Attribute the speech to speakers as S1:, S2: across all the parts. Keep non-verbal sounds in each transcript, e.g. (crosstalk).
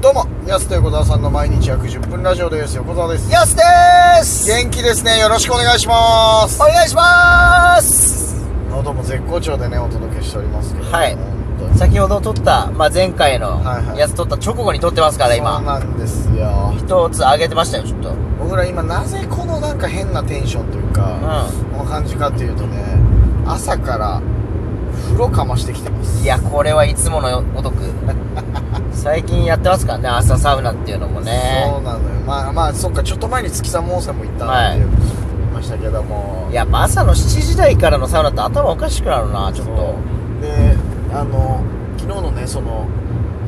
S1: どうも、やすと横澤さんの毎日約10分ラジオです。横澤です。
S2: やすでーす
S1: 元気ですね。よろしくお願いします。
S2: お願いします
S1: 喉も絶好調でね、お届けしておりますけど。
S2: はい
S1: 本当に
S2: 先ほど撮った、まあ、前回の
S1: はいはい
S2: やつ撮った直後に撮ってますから
S1: そう
S2: 今
S1: なんですよ。
S2: 一つ上げてましたよちょっとうん
S1: 僕ら今、なぜこのなんか変なテンションというか、この感じかっていうとね、朝から風呂かましてきてます。
S2: いやこれはいつものご
S1: (laughs)
S2: とく最近やってますからね朝サウナっていうのも
S1: そ
S2: ね
S1: うなのよ。まあまあ、そっか、ちょっと前に月さんも温泉も行ったって言いましたけども。
S2: やっぱ朝の7時台からのサウナって頭おかしくなるなちょっ
S1: そ
S2: と
S1: うであの昨日のねその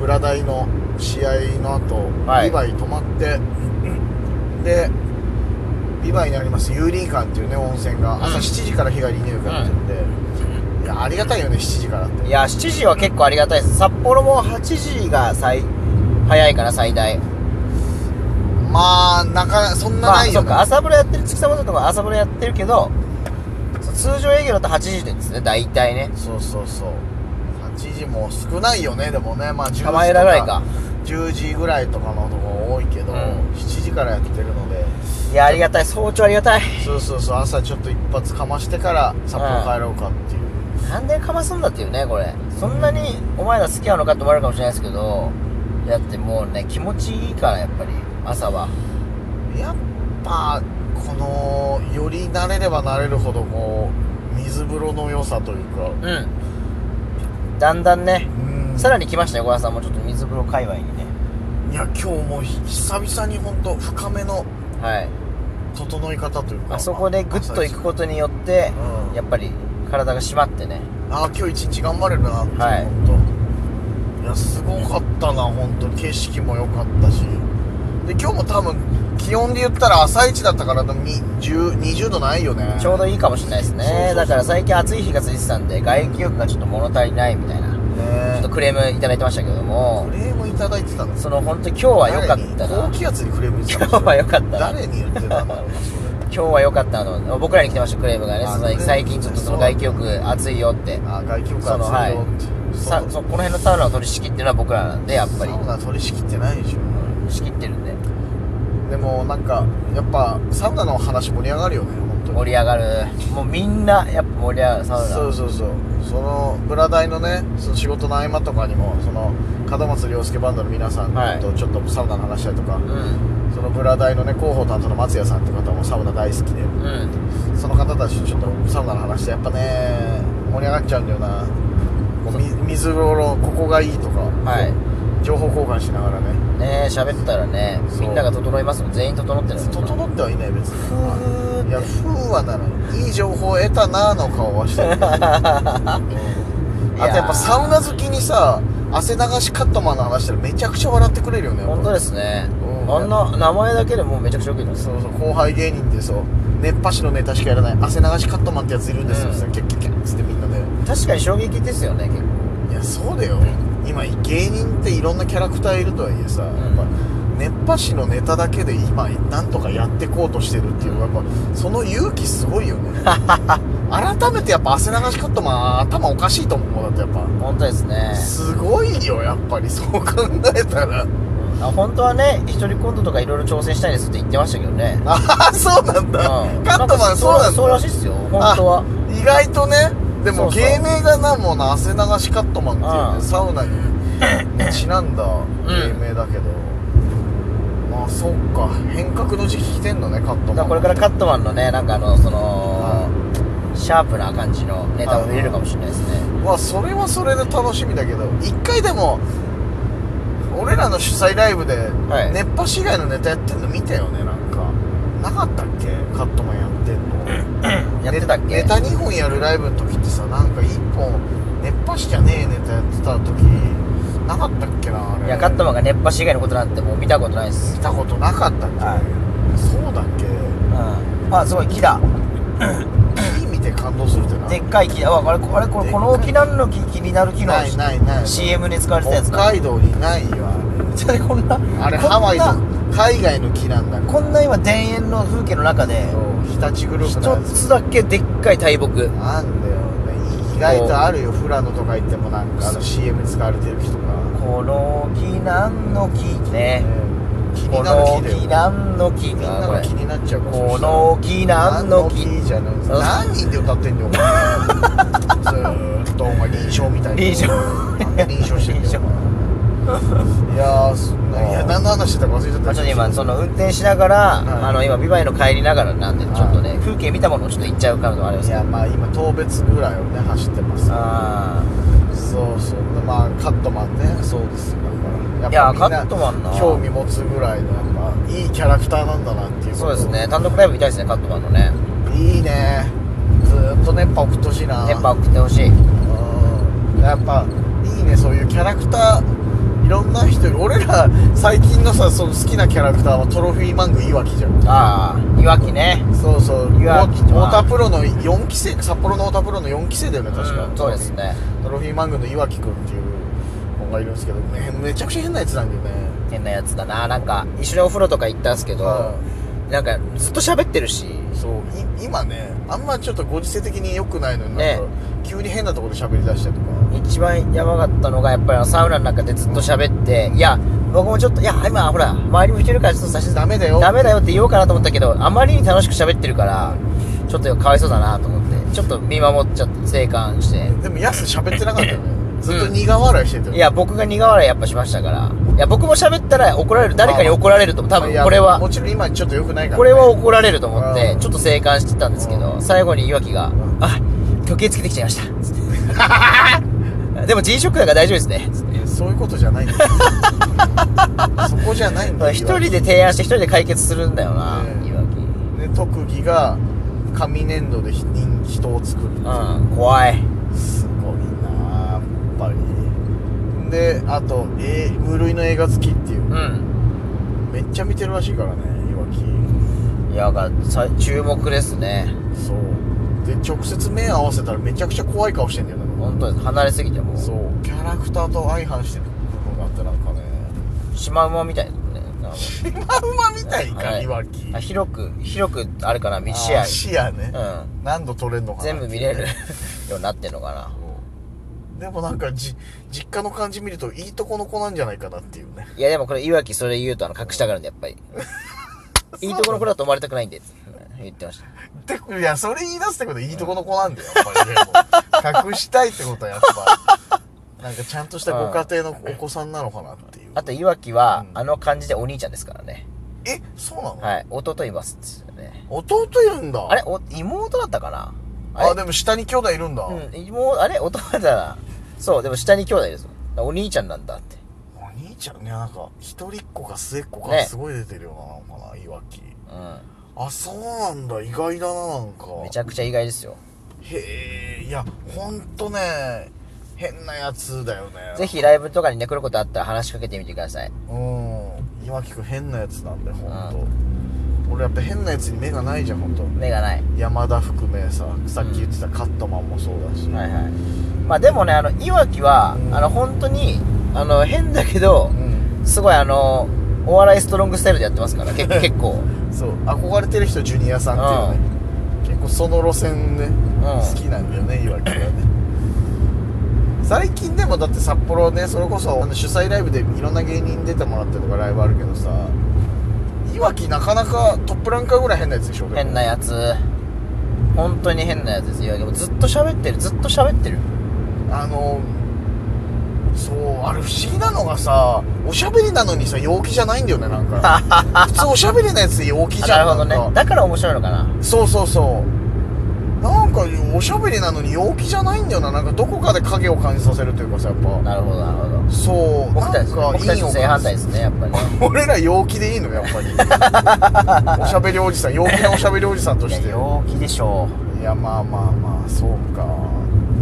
S1: ブラ大の試合の後、
S2: はい
S1: ビバイ泊まって (clears throat) でビバイにありますユーリー館っていうね温泉が
S2: うん
S1: 朝7時から日帰り入浴やってるんで、いやありがたいよね7時からって
S2: いや7時は結構ありがたいです札幌も8時が最早いから最大
S1: まあなかそんな
S2: まあ
S1: ない
S2: そ
S1: よ、
S2: っ
S1: ね
S2: か朝風呂やってる月様とかも朝風呂やってるけどそう通常営業だと8時ですね大体ね
S1: そうそうそう8時も少ないよねでもねまあ10時と
S2: 構えらぐらいか
S1: 10時ぐらいとかのとこ多いけど、
S2: うん
S1: 7時からやってるので
S2: いやありがたい早朝ありがたい
S1: そうそうそう朝ちょっと一発かましてから札幌帰ろうかっていう、
S2: なんでかますんだっていうねこれそんなにお前ら好きなのかって思われるかもしれないですけどだってもうね気持ちいいからやっぱり朝は
S1: やっぱこのより慣れれば慣れるほどこう水風呂の良さというか
S2: うんだんだんねさら
S1: に
S2: に来ましたよ小田さんもちょっと水風呂界隈にね
S1: いや今日もひ久々に本当深めの
S2: はい
S1: 整い方というか
S2: あそこでグッと行くことによって
S1: うん
S2: やっぱり体が締まってね
S1: ああ今日一日頑張れるなって、
S2: はい
S1: 本当いやすごかったな本当景色も良かったしで今日も多分気温で言ったら朝一だったからでもに10 20度ないよね
S2: ちょうどいいかもしれないですね
S1: そうそうそう
S2: だから最近暑い日が続いてたんで外気浴がちょっと物足りないみたいなちょ
S1: ね
S2: っとクレームいただいてましたけども
S1: クレームいただいてたの
S2: その本当今日は良かった
S1: 誰に
S2: な
S1: 高気圧にクレームいた
S2: 今日は良かったな
S1: 誰に言ってたんだろうなそれ
S2: 今日は良かったの僕らに来てましたクレームがね
S1: あ
S2: その
S1: ね
S2: 最近ちょっとその外気浴暑いよって
S1: あ外気浴
S2: その
S1: 熱いよって
S2: さ
S1: そう
S2: そうこの辺のサウナを取り仕切ってるのは僕らなんでやっぱり
S1: サウナ取り仕切ってないでしょ
S2: 仕切ってるんで
S1: でもなんかやっぱサウナの話盛り上がるよね本当に
S2: 盛り上がるもうみんなやっぱ盛り上がるサウナ
S1: そうそうそうそのブラ大のねその仕事の合間とかにもその門松亮介バンドの皆さ
S2: は
S1: ん
S2: い
S1: とちょっとサウナの話したりとか、
S2: うん
S1: そのブラ大のね広報担当の松也さんって方もサウナ大好きで
S2: うん
S1: その方たちとちょっとサウナの話でやっぱね盛り上がっちゃうんだよなこうみ水風呂のここがいいとか
S2: はい
S1: 情報交換しながらね
S2: ねえ喋ったらね
S1: そう
S2: みんなが整いますもん全員整ってるもん
S1: 整ってはいない別
S2: ふ
S1: に
S2: ーって
S1: いやふうはならないいい情報を得たなの顔はして
S2: (laughs)
S1: るうんあとやっぱサウナ好きにさ汗流しカットマンの話したらめちゃくちゃ笑ってくれるよね
S2: 本当ですすね
S1: うん
S2: あんな名前だけでもうめちゃくちゃよく言ってます
S1: そうそう後輩芸人でそう熱波師のネタしかやらない汗流しカットマンってやついるんですよ、
S2: うん
S1: そしたらキャッキャッキャッつってみんなで
S2: 確かに衝撃ですよね結構
S1: いやそうだよ今芸人っていろんなキャラクターいるとはいえさ、やっぱ熱波師のネタだけで今なんとかやってこうとしてるっていうやっぱその勇気すごいよね
S2: (laughs)
S1: 改めてやっぱ汗流しカットマン頭おかしいと思うもんだってやっ
S2: 本当ですね
S1: ぱすごいよやっぱりそう考えたら
S2: あ本当はね一人コントとかいろいろ挑戦したいですって言ってましたけどね
S1: ああそうなんだ
S2: うん
S1: (laughs) カットマ
S2: か
S1: ンそうなんだ
S2: そうらしいっすよ本当は
S1: 意外とねで
S2: そ
S1: も
S2: うそう
S1: 芸名がなもうな汗流しカットマンっていうね
S2: うん
S1: サウナにちなんだ芸名だけど、まあそっか変革の時期来てんのねカット
S2: だか
S1: マ
S2: ら
S1: ン
S2: これからカットマンのねなんかあのそのシャープな感じのネタを見れるかもしれないですね
S1: まあそれはそれで楽しみだけど一回でも俺らの主催ライブで
S2: い
S1: 熱波師以外のネタやってんの見たよねなんかなかったっけカットマンやってんの
S2: やってたっ
S1: ネ
S2: け
S1: タ2本やるライブの時ってさなんか1本熱波師じゃねえネタやってた時なかったっけなあれ
S2: いやカットマンが熱波師以外のことなんてもう見たことないっす
S1: 見たことなかったっけ、
S2: は
S1: そうだっけ
S2: うんあすごい木だ
S1: 木見て感動するってな
S2: でっかい木だああれこれこれこの沖縄の木気になる木の
S1: ないないない
S2: CM に使われてたやつ
S1: 北
S2: か
S1: 海道にないよあ
S2: (laughs) じゃあこんな
S1: れあれ
S2: こんな
S1: ハワイの海外の木なんだ
S2: こんな今田園の風景の中で
S1: そう日立グループの
S2: 一
S1: やつ
S2: つだけでっかい大木
S1: なんだよね意外とあるよ富良野とか行ってもなんかあの CM に使われてる木とか、
S2: この木なんの木ね
S1: 気に
S2: こ
S1: なる
S2: の
S1: 木だよ
S2: 木なんの木
S1: みんな
S2: こ
S1: の
S2: れ
S1: 気になっちゃうから
S2: この木なんの木
S1: 何じゃないです
S2: うん
S1: 何人で歌ってんだよお前ずーっとお前臨床みたいな
S2: 臨床
S1: なんで臨床してんだよお前いやーそんないや何の話してたか忘れちゃった
S2: まあちょっと今そ
S1: の
S2: の運転しながら、
S1: い
S2: あの今ビバイの帰りながらなんでちょ
S1: はい
S2: っとね、風景見たものをちょっと行っちゃうからとあれです
S1: い
S2: けど
S1: やまあ今当別ぐらいをね走ってます
S2: あ
S1: そうそうまあカットマンねそうですよだから
S2: いや
S1: っぱみん
S2: カットマンな
S1: 興味持つぐらいのやっぱいいキャラクターなんだなっていうこ
S2: あ
S1: と
S2: そうですね単独ライブ見たいですねカットマンのね
S1: いいねずーっと熱波送ってほしいな
S2: 電波送ってほしい
S1: うんやっぱいいねそういうキャラクターいろんな人俺ら最近のさその好きなキャラクターはトロフィーマングいわきじゃん
S2: ああいわきね
S1: そうそう
S2: いわき
S1: 太
S2: は
S1: 田プロの4期生札幌の太田プロの4期生だよね確か、
S2: うんそうですね
S1: トロフィーマングのいわきくんっていう子がいるんですけどめめちゃくちゃ変なやつなんだよね
S2: 変なやつだななんか一緒にお風呂とか行ったんすけど、
S1: は
S2: なんかずっと喋ってるし
S1: そうい今ねあんまちょっとご時世的に良くないのになん
S2: ね
S1: か急に変なところで喋りだしたりとか
S2: 一番やばかったのがやっぱりあのサウナの中でずっと喋って、いや僕もちょっといや今ほら周りも来てるからちょっと差し
S1: ダメだよ
S2: ダメだよって言おうかなと思ったけどあまりに楽しく喋ってるからちょっとかわいそうだなと思ってちょっと見守っちゃって静観して
S1: でもやす喋ってなかったよねずっと苦笑いしてたよね
S2: いや僕が苦笑いやっぱしましたからいや僕も喋ったら怒られる誰かに怒られると思う多
S1: い
S2: 分
S1: や
S2: これは
S1: もちろん今ちょっと良くないから、ね、
S2: これは怒られると思って
S1: うん
S2: ちょっと静観してたんですけ
S1: う
S2: ど最後にいわきが
S1: ん
S2: 「あ時計つけてきちゃいました
S1: (laughs)
S2: つって」でも G ショックだから大丈夫ですね」つって
S1: いやそういうことじゃないん
S2: (laughs)
S1: だよそこじゃないんだよ
S2: 一人で提案して一人で解決するんだよな
S1: ねえ
S2: いわき
S1: で特技が紙粘土で人人を作る
S2: うん怖い
S1: すごいなあやっぱりであと、えー無類の映画好きっていう
S2: うん
S1: めっちゃ見てるらしいからねいわき
S2: いやがさ注目ですね
S1: そうで直接目合わせたらめちゃくちゃ怖い顔してんだよね
S2: 本当です離れすぎてもう
S1: そうキャラクターと相反してる部分があってなんかね (laughs)
S2: シマウマみたいなねなんか
S1: シマウマみたいか、、
S2: はいい
S1: わき
S2: あ広く広くあるかな道試合
S1: あー視野ね、
S2: う
S1: 何度撮れんの
S2: ん
S1: かな
S2: 全部見
S1: (laughs)
S2: れるようになってんのかな
S1: でもなんかじ実家の感じ見るといいとこの子なんじゃないかなっていうね (laughs)
S2: いやでもこれいわきそれ言うとあの隠したがるんでやっぱりいいところこれだと思われたくないんで言ってました
S1: でいやそれ言い出すってことはいいとこの子なんだよやっぱ
S2: (laughs)
S1: りね隠したいってことはやっぱなんかちゃんとしたご家庭のお子さんなのかなっていう
S2: あといわきは、
S1: うん
S2: あの感じでお兄ちゃんですからね
S1: えそうなの、
S2: はい弟いますって言ってたね
S1: 弟いるんだ
S2: あれお妹だったかな
S1: あ
S2: れ
S1: でも下に兄弟いるんだ、
S2: うん妹あれ弟だなそうでも下に兄弟ですよだからお兄ちゃんなんだって
S1: お兄ちゃんねなんか一人っ子か末っ子か
S2: ね
S1: すごい出てるようなのかないわき
S2: う
S1: あそうなんだ意外だななんか
S2: んめちゃくちゃ意外ですよ
S1: へえいやほんとね変なやつだよね
S2: ぜひライブとかにね来ることあったら話しかけてみてください
S1: うん岩城くん変なやつなんでほんと俺やっぱ変なやつに目がないじゃんほんと
S2: 目がない
S1: 山田含めささっき言ってたカットマンもそうだし、
S2: はいはいまあでもねあのいわきは、
S1: うん
S2: あの本当にあの変だけど
S1: うん
S2: すごいあのお笑いストロングスタイルでやってますから
S1: (laughs)
S2: け結構
S1: そう憧れてる人ジュニアさんっていうね結構その路線ね、好きなんだよね岩城はね最近でもだって札幌ねそれこそあの主催ライブでいろんな芸人出てもらってとかライブあるけどさいわきなかなかトップランカーぐらい変なやつでしょでも
S2: 変なやつ本当に変なやつですいわきもずっと喋ってるずっと喋ってる
S1: あのそうあれ不思議なのがさおしゃべりなのにさ陽気じゃないんだよねなんか
S2: (laughs)
S1: 普通おしゃべりなやつ陽気
S2: あ
S1: じ
S2: な
S1: ゃん
S2: る
S1: な
S2: ほど
S1: ん
S2: ね
S1: か
S2: だから面白いのかな
S1: そうそうそうなんかおしゃべりなのに陽気じゃないんだよななんかどこかで影を感じさせるというかさやっぱ
S2: なるほどなるほど
S1: そう
S2: 僕たち
S1: なんか
S2: 僕たち
S1: いいお
S2: 正反対ですねやっぱりね
S1: 俺ら陽気でいいのやっぱり
S2: (laughs)
S1: おしゃべりおじさん陽気なおしゃべりおじさんと
S2: いや
S1: していや
S2: 陽気でしょ
S1: まあまあまあそうか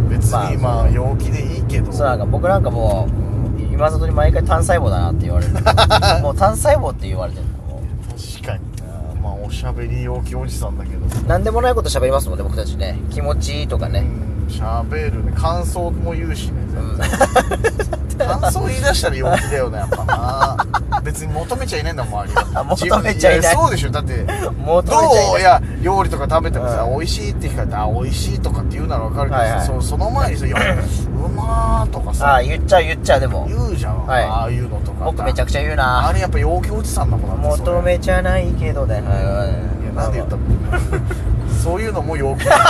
S1: 別にまあ陽気でいいけど
S2: うそうなんか僕なんかもう今里に毎回単細胞だなって言われ
S1: (laughs)
S2: るもう単細胞って言われてるのもう
S1: 確かになまあおしゃべり陽気おじさんだけど
S2: 何でもないこと喋りますもんね僕たちね気持ちいいとか
S1: う
S2: ね
S1: んしゃべるね感想も言うしね全然感想言い出したら陽気だよねやっぱな
S2: (laughs)
S1: 別に求めちゃいないんだもん周りは
S2: 求めちゃいない
S1: やそうでしょだって
S2: もう
S1: どういや料理とか食べてもさ、
S2: うん
S1: 美味しいって聞かれてあ美味しいとかって言うならわかるけどさ、
S2: はいはい
S1: そその前にさ「いやうまー」とか
S2: あ
S1: さ
S2: あ言っちゃう言っちゃうでも
S1: 言うじゃん、
S2: はい
S1: ああいうのとか
S2: 僕めちゃくちゃ言う
S1: あ
S2: な
S1: れやっぱ陽気おじさんだもんだってそれ
S2: 求めちゃないけどだよ
S1: いやなんで言ったの (laughs) そういうのも陽気なんだよ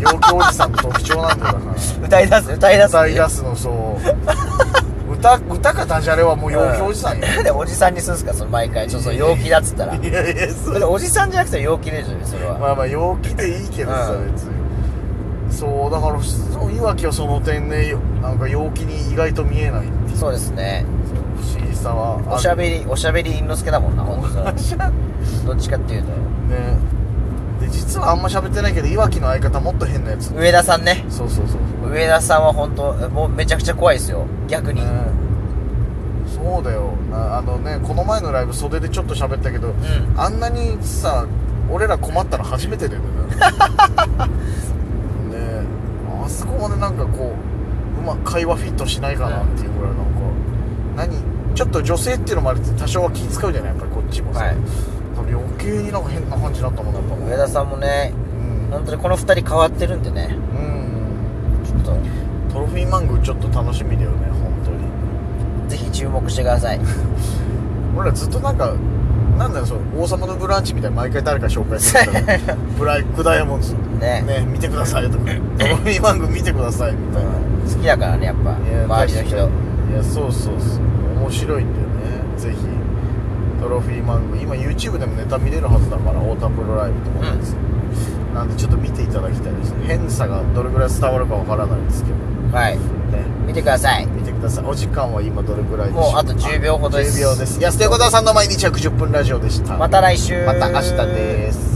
S1: 陽気おじさんの特徴なんだよだから
S2: 歌い出す歌い出す
S1: 歌い出すのそう歌歌かダジャレはもう陽気おじさんよ、
S2: なんでおじさんにするんすかその毎回ちょっと陽気だっ
S1: (laughs)
S2: つったら
S1: いやいやそ
S2: それ
S1: う
S2: おじさんじゃなくて陽気でしょそれは
S1: まあまあ陽気でいいけどさ、
S2: うん
S1: 別にそうだからそういわきはその点ねなんか陽気に意外と見えないっていう
S2: そうですね
S1: 不思議さはある
S2: お (laughs) しゃべりおしゃべり犬之助だもんな本当
S1: おしゃ
S2: どっちかっていうと
S1: ねで実はあんま喋ってないけどいわきの相方もっと変なやつ
S2: 上田さんね
S1: そうそうそう
S2: 上田さんは本当もうめちゃくちゃ怖いですよ逆に、
S1: ねそうだよああのねこの前のライブ袖でちょっと喋ったけど、
S2: ん
S1: あんなにさ俺ら困ったの初めて
S2: (laughs)
S1: だよねねえあそこまでなんかこううまく会話フィットしないかなっていうぐらいなんか何ちょっと女性っていうのもあるって多少は気使うじゃないやっぱりこっちもさ、
S2: はい
S1: 多分余計になんか変な感じになったもんだったもん
S2: 上田さんもね
S1: うん、
S2: 本当にこの2人変わってるんでね
S1: うん、
S2: ちょっと
S1: トロフィーマングちょっと楽しみだよね本当に
S2: ぜひ注目してくだ
S1: (laughs)
S2: さい
S1: 俺らずっとなんかなんだろうその王様のブランチみたいに毎回誰か紹介するからブライクダイヤモンド
S2: ね
S1: ね見てくださいとかドロフィーマング見てくださいみたいな
S2: 好きだからねやっぱ
S1: いや
S2: 周りの人
S1: 確かにいやそうそうそう面白いんだよねぜひトロフィーマング今 YouTube でもネタ見れるはずだから太田プロライブとかです、なんでちょっと見ていただきたいですね変さがどれぐらい伝わるかわからないですけど
S2: はい
S1: ね
S2: 見てください
S1: 見てくださいお時間は今どれぐらいでしょうか
S2: もうあと10秒ほどです
S1: 10秒です安手小田さんの毎日約10分ラジオでした
S2: また来週
S1: また明日です